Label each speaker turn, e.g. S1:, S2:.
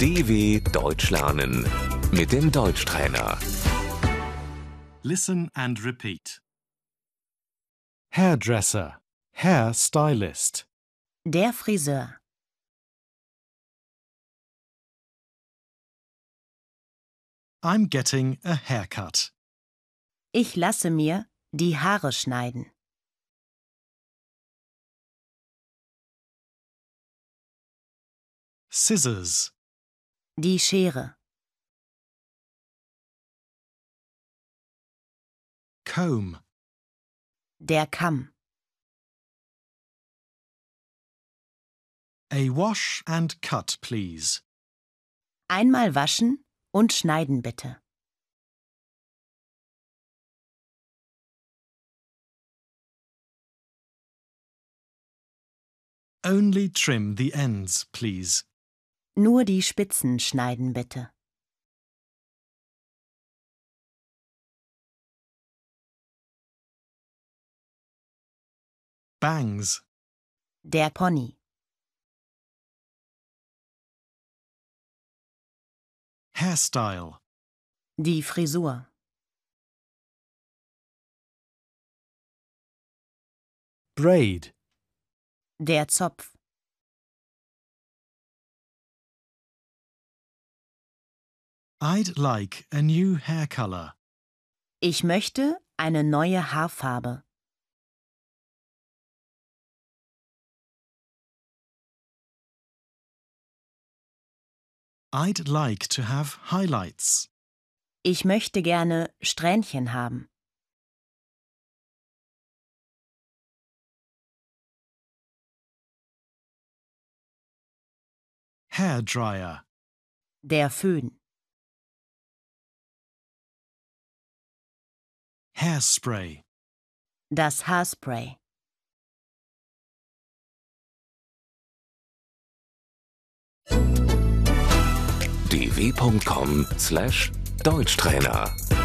S1: DW Deutsch lernen mit dem Deutschtrainer.
S2: Listen and repeat. Hairdresser, hair stylist,
S3: Der Friseur,
S2: I'm getting a haircut.
S3: ich lasse mir die Haare schneiden.
S2: Scissors,
S3: Die Schere,
S2: comb,
S3: der Kamm,
S2: a wash and cut, please.
S3: einmal waschen und schneiden bitte.
S2: Only trim the ends, please.
S3: Nur die Spitzen schneiden bitte.
S2: Bangs,
S3: Der Pony,
S2: hairstyle,
S3: die Frisur,
S2: braid,
S3: der Zopf,
S2: I'd like a new hair color.
S3: ich möchte eine neue Haarfarbe,
S2: I'd like to have highlights.
S3: ich möchte gerne Strähnchen haben,
S2: Hairdryer,
S3: der Föhn,
S2: hairspray,
S3: das Haarspray,
S1: dw.com/deutschtrainer